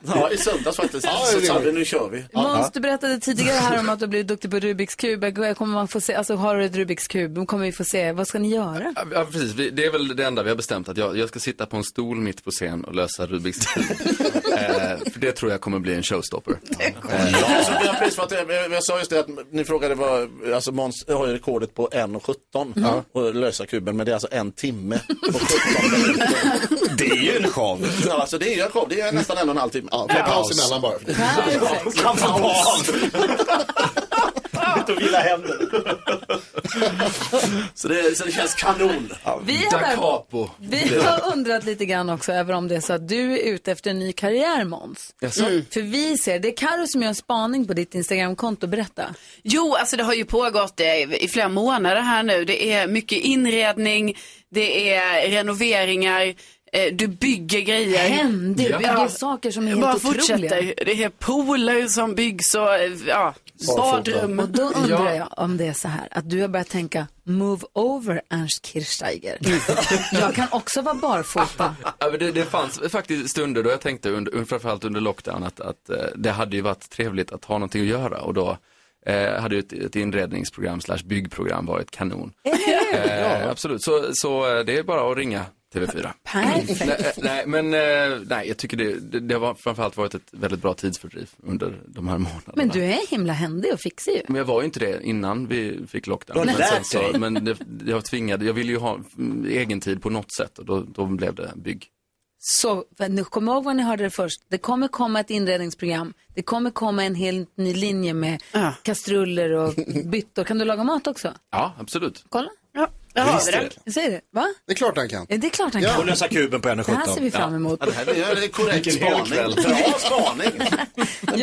D: Ja, i söndags faktiskt.
B: Ja,
D: så
B: det är
D: sa vi,
B: roligt.
D: nu kör vi.
A: Måns, du berättade tidigare här om att du blivit duktig på Rubiks kub. Kommer man få se, alltså har du ett Rubiks kub, kommer vi få se, vad ska ni göra?
H: Ja, Ja, precis. Vi, det är väl det enda vi har bestämt, att jag, jag ska sitta på en stol mitt på scen och lösa Rubiks kub. eh, för det tror jag kommer bli en showstopper.
D: Alltså, vi har precis varit, jag, jag sa just det att ni frågade vad, alltså Måns har ju rekordet på 1.17
I: Ja.
D: och lösa kuben, men det är alltså en timme.
C: <laughs>
I: Det är ju en
D: <laughs>
I: show.
D: Ja, alltså det är ju en show, det är nästan en och en halv timme.
B: Ja, det är paus emellan bara.
D: Kan få <laughs> paus.
I: Ut och vila händerna.
D: Så det, så det känns kanon.
A: Vi har- Da capo. Vi har undrat lite grann också över om det är så att du är ute efter en ny karriär Måns.
H: Jaså? Mm.
A: För vi ser, det är Karo som gör en spaning på ditt Instagramkonto, berätta.
C: Jo, alltså det har ju pågått eh, i flera månader här nu. Det är mycket inredning, det är renoveringar, eh, du bygger grejer.
A: Hem, du
C: Ja.
A: bygger saker som är helt
C: Bara
A: otroliga.
C: fortsätter. Det är pooler som byggs och eh, ja, badrum.
A: Och då undrar jag om det är så här att du har börjat tänka move over Ernst
C: <laughs>
A: Kirchsteiger. jag kan också vara barfota.
H: Ja, men det, det fanns faktiskt stunder då jag tänkte, under, framförallt under lockdown, att, att eh, det hade ju varit trevligt att ha någonting att göra och då eh, hade ju ett, ett inredningsprogram slash byggprogram varit kanon. Eh, Absolut, så, så eh, det är bara att ringa TV4.
A: Perfekt.
H: Nej, nej, men eh, nej, jag tycker det, det, det har framförallt varit ett väldigt bra tidsfördriv under de här månaderna.
A: Men du är himla händig och fixig ju.
H: Men jag var ju inte det innan vi fick
A: Du
H: lockdown.
A: har
H: Men,
A: lärt
H: sen så,
A: dig.
H: men det, jag tvingade, jag ville ju ha mm, egen tid på något sätt och då, då blev det bygg.
A: Så nu kom ihåg vad ni hörde det först. Det kommer komma ett inredningsprogram. Det kommer komma en helt ny linje med kastruller och byttor. Kan du laga mat också?
H: Ja, absolut.
A: Kolla.
C: Ja,
H: Ja, visst är
A: Jag säger det. Va?
B: Det är klart han kan.
A: Ja, Det är klart han
I: Ja.
A: kan.
I: Och lösa kuben på
A: Det här ser vi fram emot.
D: Ja, det här är en korrekt
I: Vilken hel kväll.
D: spaning. Bra spaning.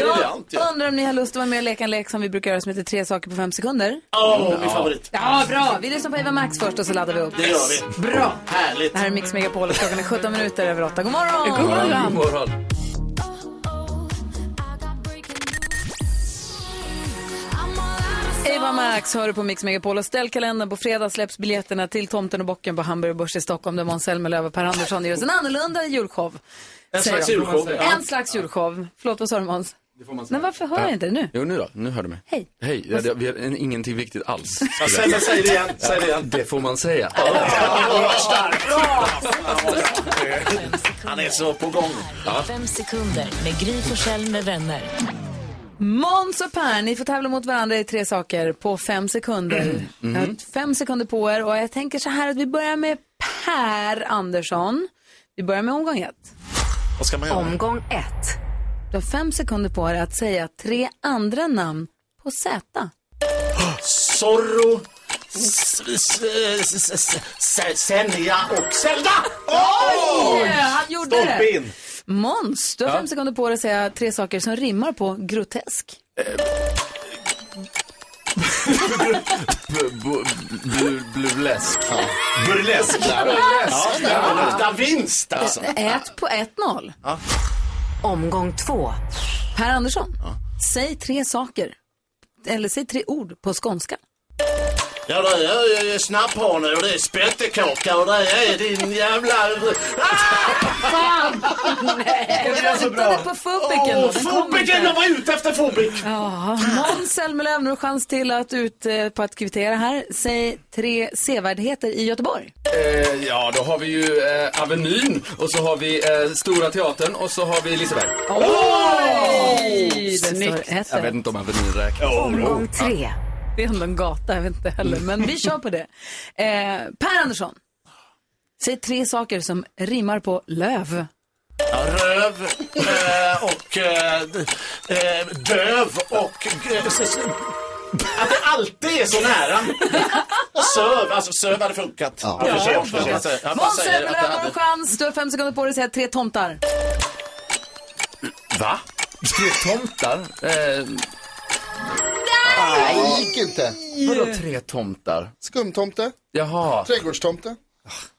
A: Jag undrar om ni har lust att vara med och leka en lek som vi brukar göra som heter tre saker på fem sekunder.
D: Åh, min favorit.
A: Ja, bra. Vi lyssnar på Eva Max först och så laddar vi upp.
D: Det gör vi.
A: Bra.
D: Härligt.
A: Det här är Mix Megapol och klockan är 17 minuter över 8. God morgon!
H: God morgon. God morgon.
A: Eva Max hör du på Mix Megapol och ställ kalendern. På fredag släpps biljetterna till Tomten och bocken på Hamburg Börs i Stockholm där Måns Zelmerlöw och Per Andersson gör en annorlunda julshow.
H: En
A: säger
H: slags
A: de.
H: julshow, ja.
A: En slags julshow. Förlåt, vad sa du Måns? Det får
H: man
A: Men varför hör jag inte det nu?
H: Jo, nu då. Nu hör du mig.
A: Hej.
H: Hej. Ja, det, vi har en, ingenting viktigt alls.
I: Ja, säg det, säg det igen, säg det igen.
H: Det får man säga.
D: Han är så på gång.
M: Fem sekunder med Gry Forssell med vänner.
A: Måns och Per, ni får tävla mot varandra i tre saker på fem sekunder.
H: Mm.
M: Mhm.
A: Jag har fem sekunder på er och jag tänker så här att vi börjar med Per Andersson. Vi börjar med omgång ett.
D: Vad ska man göra?
A: Omgång ett. Du har fem sekunder på er att säga tre andra namn på Z.
D: Zorro, s- s- s- s- s- Senja och Zelda!
A: Oj! Han gjorde det. Måns, du har fem sekunder på dig att säga tre saker som rimmar på grotesk.
H: Burlesk.
D: Burlesk.
A: Burlesk.
D: Ja, det luktar vinst alltså.
A: Ett på 1-0.
D: Ja.
A: Omgång två. Per Andersson, säg tre saker, eller säg tre ord på skånska.
D: Ja, det är ju snapphane och det är spettekaka och det är din jävla...
A: Fan! Nej,
D: Det
A: jag
D: blev så bra.
A: tittade på Fubiken.
D: Åh, Fubiken, jag var ute efter Fubik.
A: Ja, Måns Zelmerlöw, nu har du chans till att ut eh, på att kvittera här. Säg tre sevärdheter i Göteborg.
H: Eh, ja, då har vi ju eh, Avenyn och så har vi eh, Stora Teatern och så har vi Liseberg.
A: Oj! Det står ett
H: Jag vet
A: rätt.
H: inte om Avenyn räknas.
A: Omgång tre. Det är ändå en gata, jag vet inte heller, men vi kör på det. Eh, per Andersson, säg tre saker som rimmar på löv.
D: Ja, Röv eh, och eh, d- eh, döv och... eh, s- s- Att det alltid är så nära. Söv, alltså söv hade funkat. Ja,
A: för sent,
D: jag
A: för
D: bara
A: sent.
D: säger- jag bara
A: Måns
D: säger att det
A: Zelmerlöw har
D: hade-
A: en chans, du har fem sekunder på dig att säga tre tomtar.
H: Va? Tre tomtar? Eh,
B: Nej, det gick inte.
H: vadå tre tomtar?
B: Skumtomte,
H: Jaha.
B: trädgårdstomte.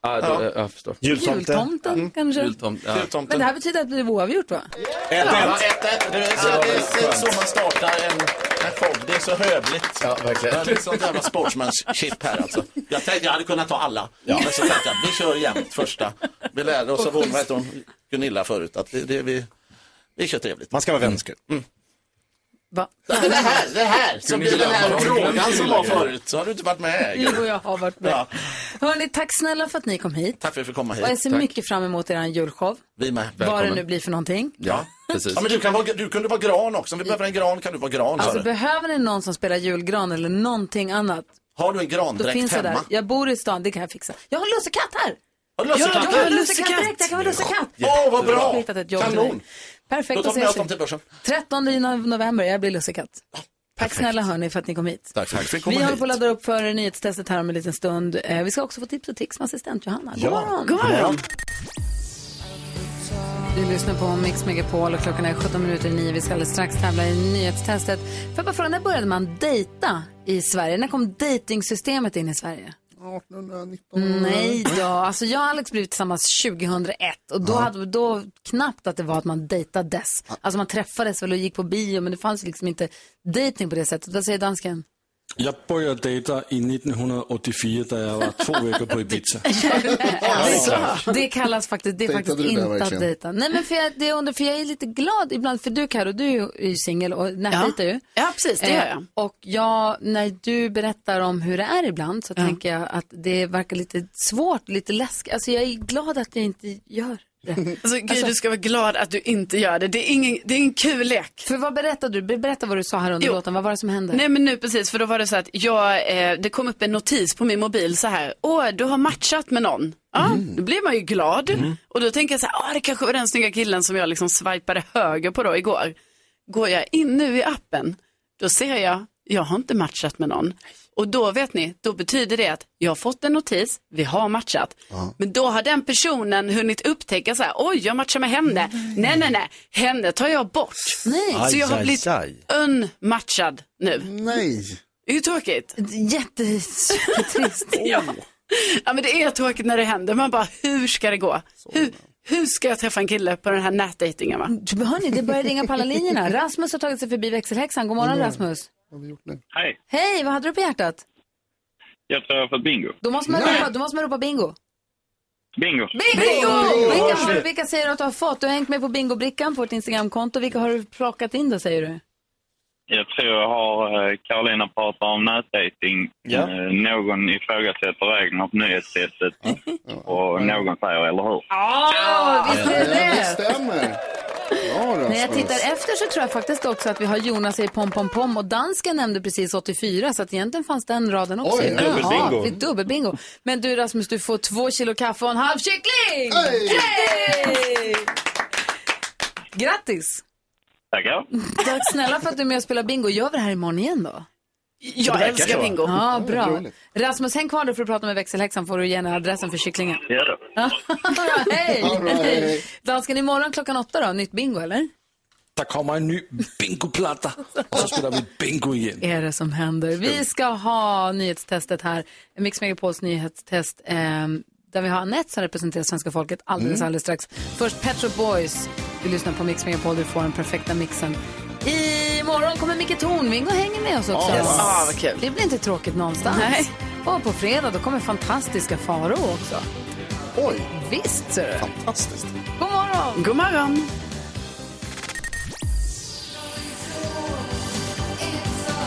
H: Ah, då,
B: Ja.
H: Jag, jag förstår.
B: Jultomte.
A: Jultomten
D: Mm.
A: kanske?
H: Jultom, ja.
A: Men det här betyder att det blev oavgjort va?
D: Ja,
H: ett.
D: va, ett, ett. Det är så-
H: Ja,
D: det är
H: det är
D: så man startar en, en show. Det är så hövligt. Ja, verkligen. Det är sånt jävla sportsmanship här alltså. Jag, tänkte, jag hade kunnat ta alla. Men så tänkte jag, vi kör jämnt första. Vi lärde oss av hon, vad hette hon, Gunilla förut, att det, det, vi, vi kör trevligt. Man ska vara vänskrig. Mm.
A: Va?
D: Det här, det här, som blir den här frågan som var förut. Så har du inte varit med.
A: <laughs> Jo, jag har varit med.
D: Ja,
A: Hörni, tack snälla för att ni kom hit.
D: tack för att vi fick komma hit.
A: Och jag ser
D: Tack.
A: mycket fram emot er julshow.
D: Vi med.
A: Vad det nu blir för någonting.
H: Ja, precis.
D: Ja, men du, kan vara, du kunde vara gran också. Om vi behöver en gran kan du vara gran. sa
A: Alltså
D: du.
A: behöver ni någon som spelar julgran eller någonting annat,
D: Har du en
A: då
D: grandräkt
A: finns jag där.
D: hemma?
A: Jag bor i stan, det kan jag fixa. Jag har en lussekatt här!
D: Har du lussekatt?
A: Ja,
D: Du
A: Jag
D: har
A: har en
D: lussekatt.
A: lussekatt, jag kan vara lussekatt.
D: Åh, vad bra.
A: Jag har hittat ett jobb till
D: Kanon.
A: dig. Perfekt,
D: Då tar
A: då
D: vi med
A: ses
D: oss dem till
A: vi.
D: börsen.
A: 13 november, jag blir lussekatt. Tack snälla hörni för att ni kom hit.
D: Tack för att vi
A: Vi håller på att ladda upp för nyhetstestet här om en liten stund. Eh, Vi ska också få tips och tricks med assistent Johanna. God
D: Ja.
A: morgon!
D: God morgon.
A: Du lyssnar på Mix Megapol och klockan är 17 minuter i 9. Vi ska alldeles strax tävla i nyhetstestet. Får jag bara fråga, när började man dejta i Sverige? När kom dejtingsystemet in i Sverige?
B: 1819.
A: Nej då, alltså jag och Alex blev tillsammans 2001 och då hade vi då knappt att det var att man dejtades. Alltså man träffades väl och gick på bio men det fanns ju liksom inte dejting på det sättet. Vad säger dansken?
N: Jeg började dejta i 1984 da jeg var to veckor på Ibiza.
A: Det kallas faktiskt, det är
N: Dejtade
A: faktiskt
N: du där
A: inte att
N: verkligen?
A: dejta. Nej men för jag, det är under, för jag är lite glad ibland, för du Karo, du är ju- är ju singel och nätdejtar ju.
C: Ja, precis,
A: Eh,
C: det gör jag.
A: Och jag, när du berättar om hur det är ibland så tänker jag att det verkar lite svårt, lite läskigt. Alltså jag är glad att jag inte gör det.
C: Alltså, Gud, du ska vara glad att du inte gör det. Det är ingen, det är ingen kul lek.
A: För vad berättade du? Berätta vad du sa här under
C: Jo.
A: låten, vad var det som hände?
C: Nej men nu precis, för då var det så att jag, eh, det kom upp en notis på min mobil så här, åh du har matchat med någon. Ja, då blir man ju glad. Och då tänker jag så här, åh det kanske var den snygga killen som jag liksom swipade höger på då igår. Går jag in nu i appen, då ser jag, jag har inte matchat med någon. Och då vet ni, då betyder det att jag har fått en notis, vi har matchat. Men då har den personen hunnit upptäcka så här, oj jag matchar med henne. Nej, nej, nej, henne tar jag bort.
A: Nej.
C: Så jag har
A: Aj, aj,
C: blivit
I: aj.
C: unmatchad nu.
B: Nej.
C: Det är ju tråkigt.
A: Jättetrist.
C: <laughs> ja.
O: Oh.
C: ja, men det är tråkigt när det händer. Man bara, hur ska det gå? Hur, hur ska jag träffa en kille på den här nätdejtingen va?
A: <laughs> Hörni, det börjar ringa på alla linjerna. <laughs> Rasmus har tagit sig förbi växelhäxan. God morgon Rasmus.
O: Hej,
A: Hej, vad hade du på hjärtat?
O: jag tror jag har fått bingo.
A: Då måste man, ropa, då måste man ropa bingo.
O: Bingo!
A: Bingo! Vilka, har, vilka säger du att du har fått? Du har hängt med på bingobrickan på vårt Instagramkonto. Vilka har du plockat in då, säger du?
O: Jag tror jag har eh, Carolina pratar om nätdating.
I: Ja.
O: Eh, Någon ifrågasätter reglerna på nyhetssättet. Och någon säger, eller hur?
A: Ja, visst är det
B: Ja, det
A: det?
B: stämmer. alltså. Bra,
A: När jag
B: Rasmus.
A: tittar efter så tror jag faktiskt också att vi har Jonas i Pom Pom Pom och dansken nämnde precis 84 så att egentligen fanns den raden också.
B: Oj,
A: Ja,
B: dubbelbingo.
A: vi dubbelbingo. Men du Rasmus, du får två kilo kaffe och en halv kyckling! Hej! Grattis!
O: Tackar.
A: Tack snälla för att du är med och spelar bingo. Gör vi det här imorgon igen då?
O: Jag Det älskar verkar så. bingo.
A: Ja,
O: Ja,
A: bra.
O: roligt.
A: Rasmus, häng kvar då för att prata med växelhäxan får du ge henne adressen för kycklingen.
O: Ja då.
A: <laughs> Hej!
N: All right.
A: Hej! Dansken, imorgon klockan åtta då, nytt bingo eller?
N: Der kommer en ny bingoplatta, og så spiller vi bingo igen.
A: är det som händer? Vi ska ha nyhetstestet här, Mix Megapols nyhetstest, eh, där vi har Anette som representerar svenska folket alldeles,
P: Mm.
A: alldeles strax. Först Pet Shop Boys, du lyssnar på Mix Megapol, du får den perfekta mixen. Imorgon kommer Micke Tornving och hänger med oss också.
C: Yes. Ah, vad kul.
A: Det blir inte tråkigt någonstans.
C: Nej.
A: Och på fredag då kommer fantastiska Faro också.
B: Oj!
A: Visst ser du.
B: Fantastiskt.
A: God morgon!
C: God morgon!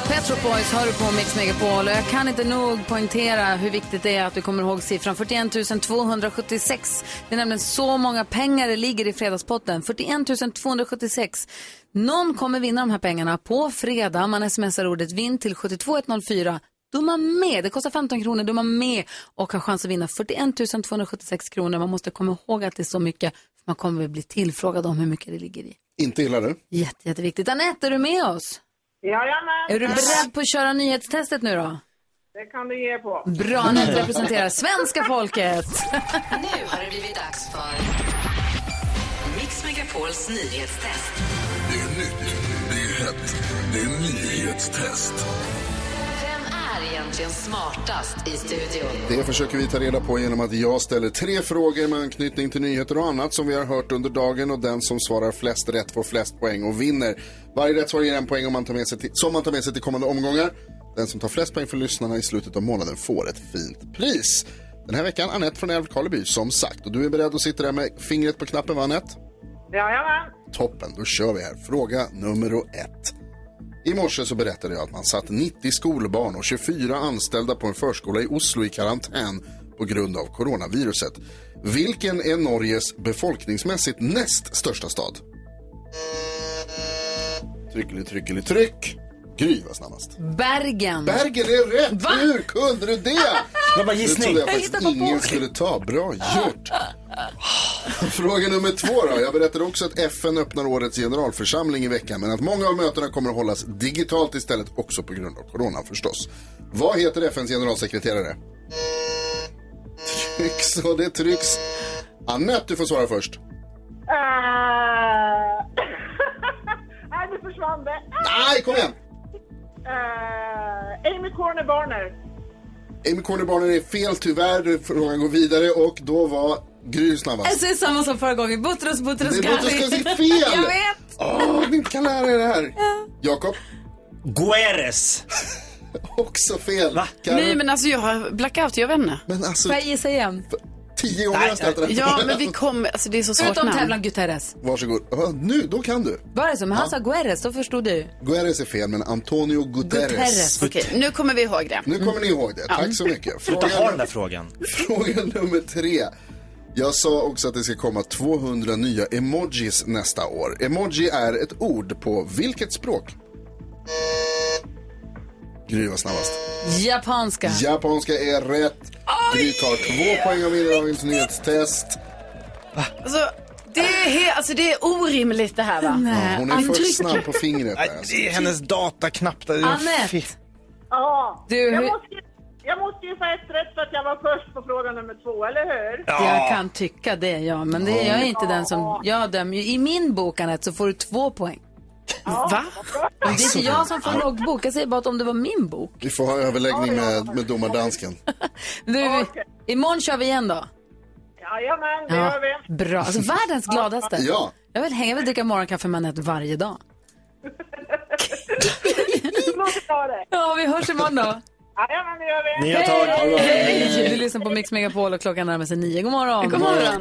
A: Pet Shop Boys hör du på Mix Megapol och jag kan inte nog poängtera hur viktigt det är att du kommer ihåg siffran 41 276. Det är nämligen så många pengar det ligger i fredagspotten. 41 276. Någon kommer vinna de här pengarna på fredag. Man smsar ordet vinn till 72104. Då är man med. Det kostar 15 kronor. Då är man med och har chans att vinna 41 276 kronor. Man måste komma ihåg att det är så mycket. För man kommer att bli tillfrågad om hur mycket det ligger i.
B: Inte gillar du?
A: Jätte, jätteviktigt. Anette, är du med oss?
P: Jajamän.
A: Är du beredd på att köra nyhetstestet nu då?
P: Det kan du ge på.
A: Bra, Anette representerar svenska folket. <laughs>
P: Nu har det blivit dags för Mix Megapols nyhetstest.
Q: Det är nytt, det är hett, det är nyhetstest.
P: Vem är egentligen smartast i studion?
B: Det försöker vi ta reda på genom att jag ställer tre frågor med anknytning till nyheter och annat som vi har hört under dagen och den som svarar flest rätt får flest poäng och vinner. Varje rätt svar ger en poäng om man tar med sig till, som man tar med sig till kommande omgångar. Den som tar flest poäng för lyssnarna i slutet av månaden får ett fint pris. Den här veckan Anette från Älvkarleby som sagt och du är beredd att sitta där med fingret på knappen va Anette?
P: Jajamän.
B: Toppen, då kör vi här. Fråga nummer ett. I morse så berättade jag att man satt 90 skolbarn och 24 anställda på en förskola i Oslo i karantän på grund av coronaviruset. Vilken är Norges befolkningsmässigt näst största stad? Tryckeli, tryckeli, tryck. Gry var snabbast.
A: Bergen.
B: Bergen är rätt! Hur kunde du det?
A: Det var en
B: Det
A: gissning.
B: trodde jag
A: Jag
B: faktiskt
A: hittar på.
B: ingen skulle ta. Bra
A: <laughs>
B: gjort. Fråga nummer två då. Jag berättade också att FN öppnar årets generalförsamling i veckan men att många av mötena kommer att hållas digitalt istället också på grund av corona förstås. Vad heter FNs generalsekreterare? Trycks och det trycks. Annette, du får svara först.
P: Eh, <laughs> Nej, nu försvann det.
B: Nej, kom igen!
P: Eh, Amy Corner Barner.
B: Amy Corner Barner är fel tyvärr. Frågan går vidare och då var Gry snabbast.
A: Jag säger samma som förra gången. Butros, Butros,
B: Det är Boutros
A: Ghali.
B: Ghali, fel!
A: Jag vet.
B: Åh, ni inte kan lära er det här. Jakob? Gueres. Också fel. Va?
C: Nej men alltså jag har blackout, jag vet inte.
B: Men alltså,
A: Får jag gissa igen?
B: tio gånger har jag ställt rätt.
C: Ja men vi kommer, alltså det är så svårt
A: Förutom
C: namn.
A: tävlan Guterres.
B: Varsågod. Ja, Nu, då kan du.
A: Var det så? Men han sa Guerres, då förstod jag ju.
B: Guterres är fel, men Antonio Guterres.
A: Guterres.
C: Okej, nu kommer vi ihåg det.
B: Nu kommer ni ihåg det. Tack så
C: <laughs>
B: mycket.
I: Sluta ha den där frågan.
B: Fråga nummer tre. Jag sa också att det ska komma 200 nya emojis nästa år. Emoji är ett ord på vilket språk? Gry var snabbast.
A: Japanska.
B: Japanska är rätt. Gry tar två poäng av vinner dagens nyhetstest.
C: Alltså, det är, he- alltså, det är orimligt det här va?
B: Ja,
A: Eh,
B: hon är för snabb på fingret. Där, alltså.
I: Det är hennes dataknapp. Där.
A: Anette.
R: Ja,
A: Du,
R: jag,
A: hur-
R: måste, ju- jag måste ju få ett rätt för att jag var först på fråga nummer två, eller hur?
A: Jag kan tycka det, ja. Men det, jag är inte den som... Jag dömer ju. I min bok, Anette, så får du två poäng.
C: Va?
A: Det är inte jag som får loggbok. Jag säger bara att om det var min bok.
B: Vi får ha överläggning med, med domardansken.
A: Du, imorgon kör vi igen då.
R: Jajamän, det gör
A: Ja,
R: vi.
A: bra. Alltså, världens gladaste.
B: Ja.
A: Jag vill hänga och dricka morgonkaffe med Anette varje dag.
R: Du måste ta det.
A: Ja, vi hörs imorgon då.
R: Jajamän, det gör vi.
I: Nya tag.
A: Hej! Du lyssnar på Mix Megapol och klockan närmar sig nio. God morgon.
C: God morgon.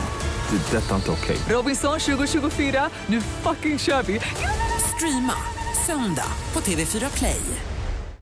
S: Det är detta inte okej.
F: Robinson 2024, nu fucking kör vi! Streama söndag på TV4 Play.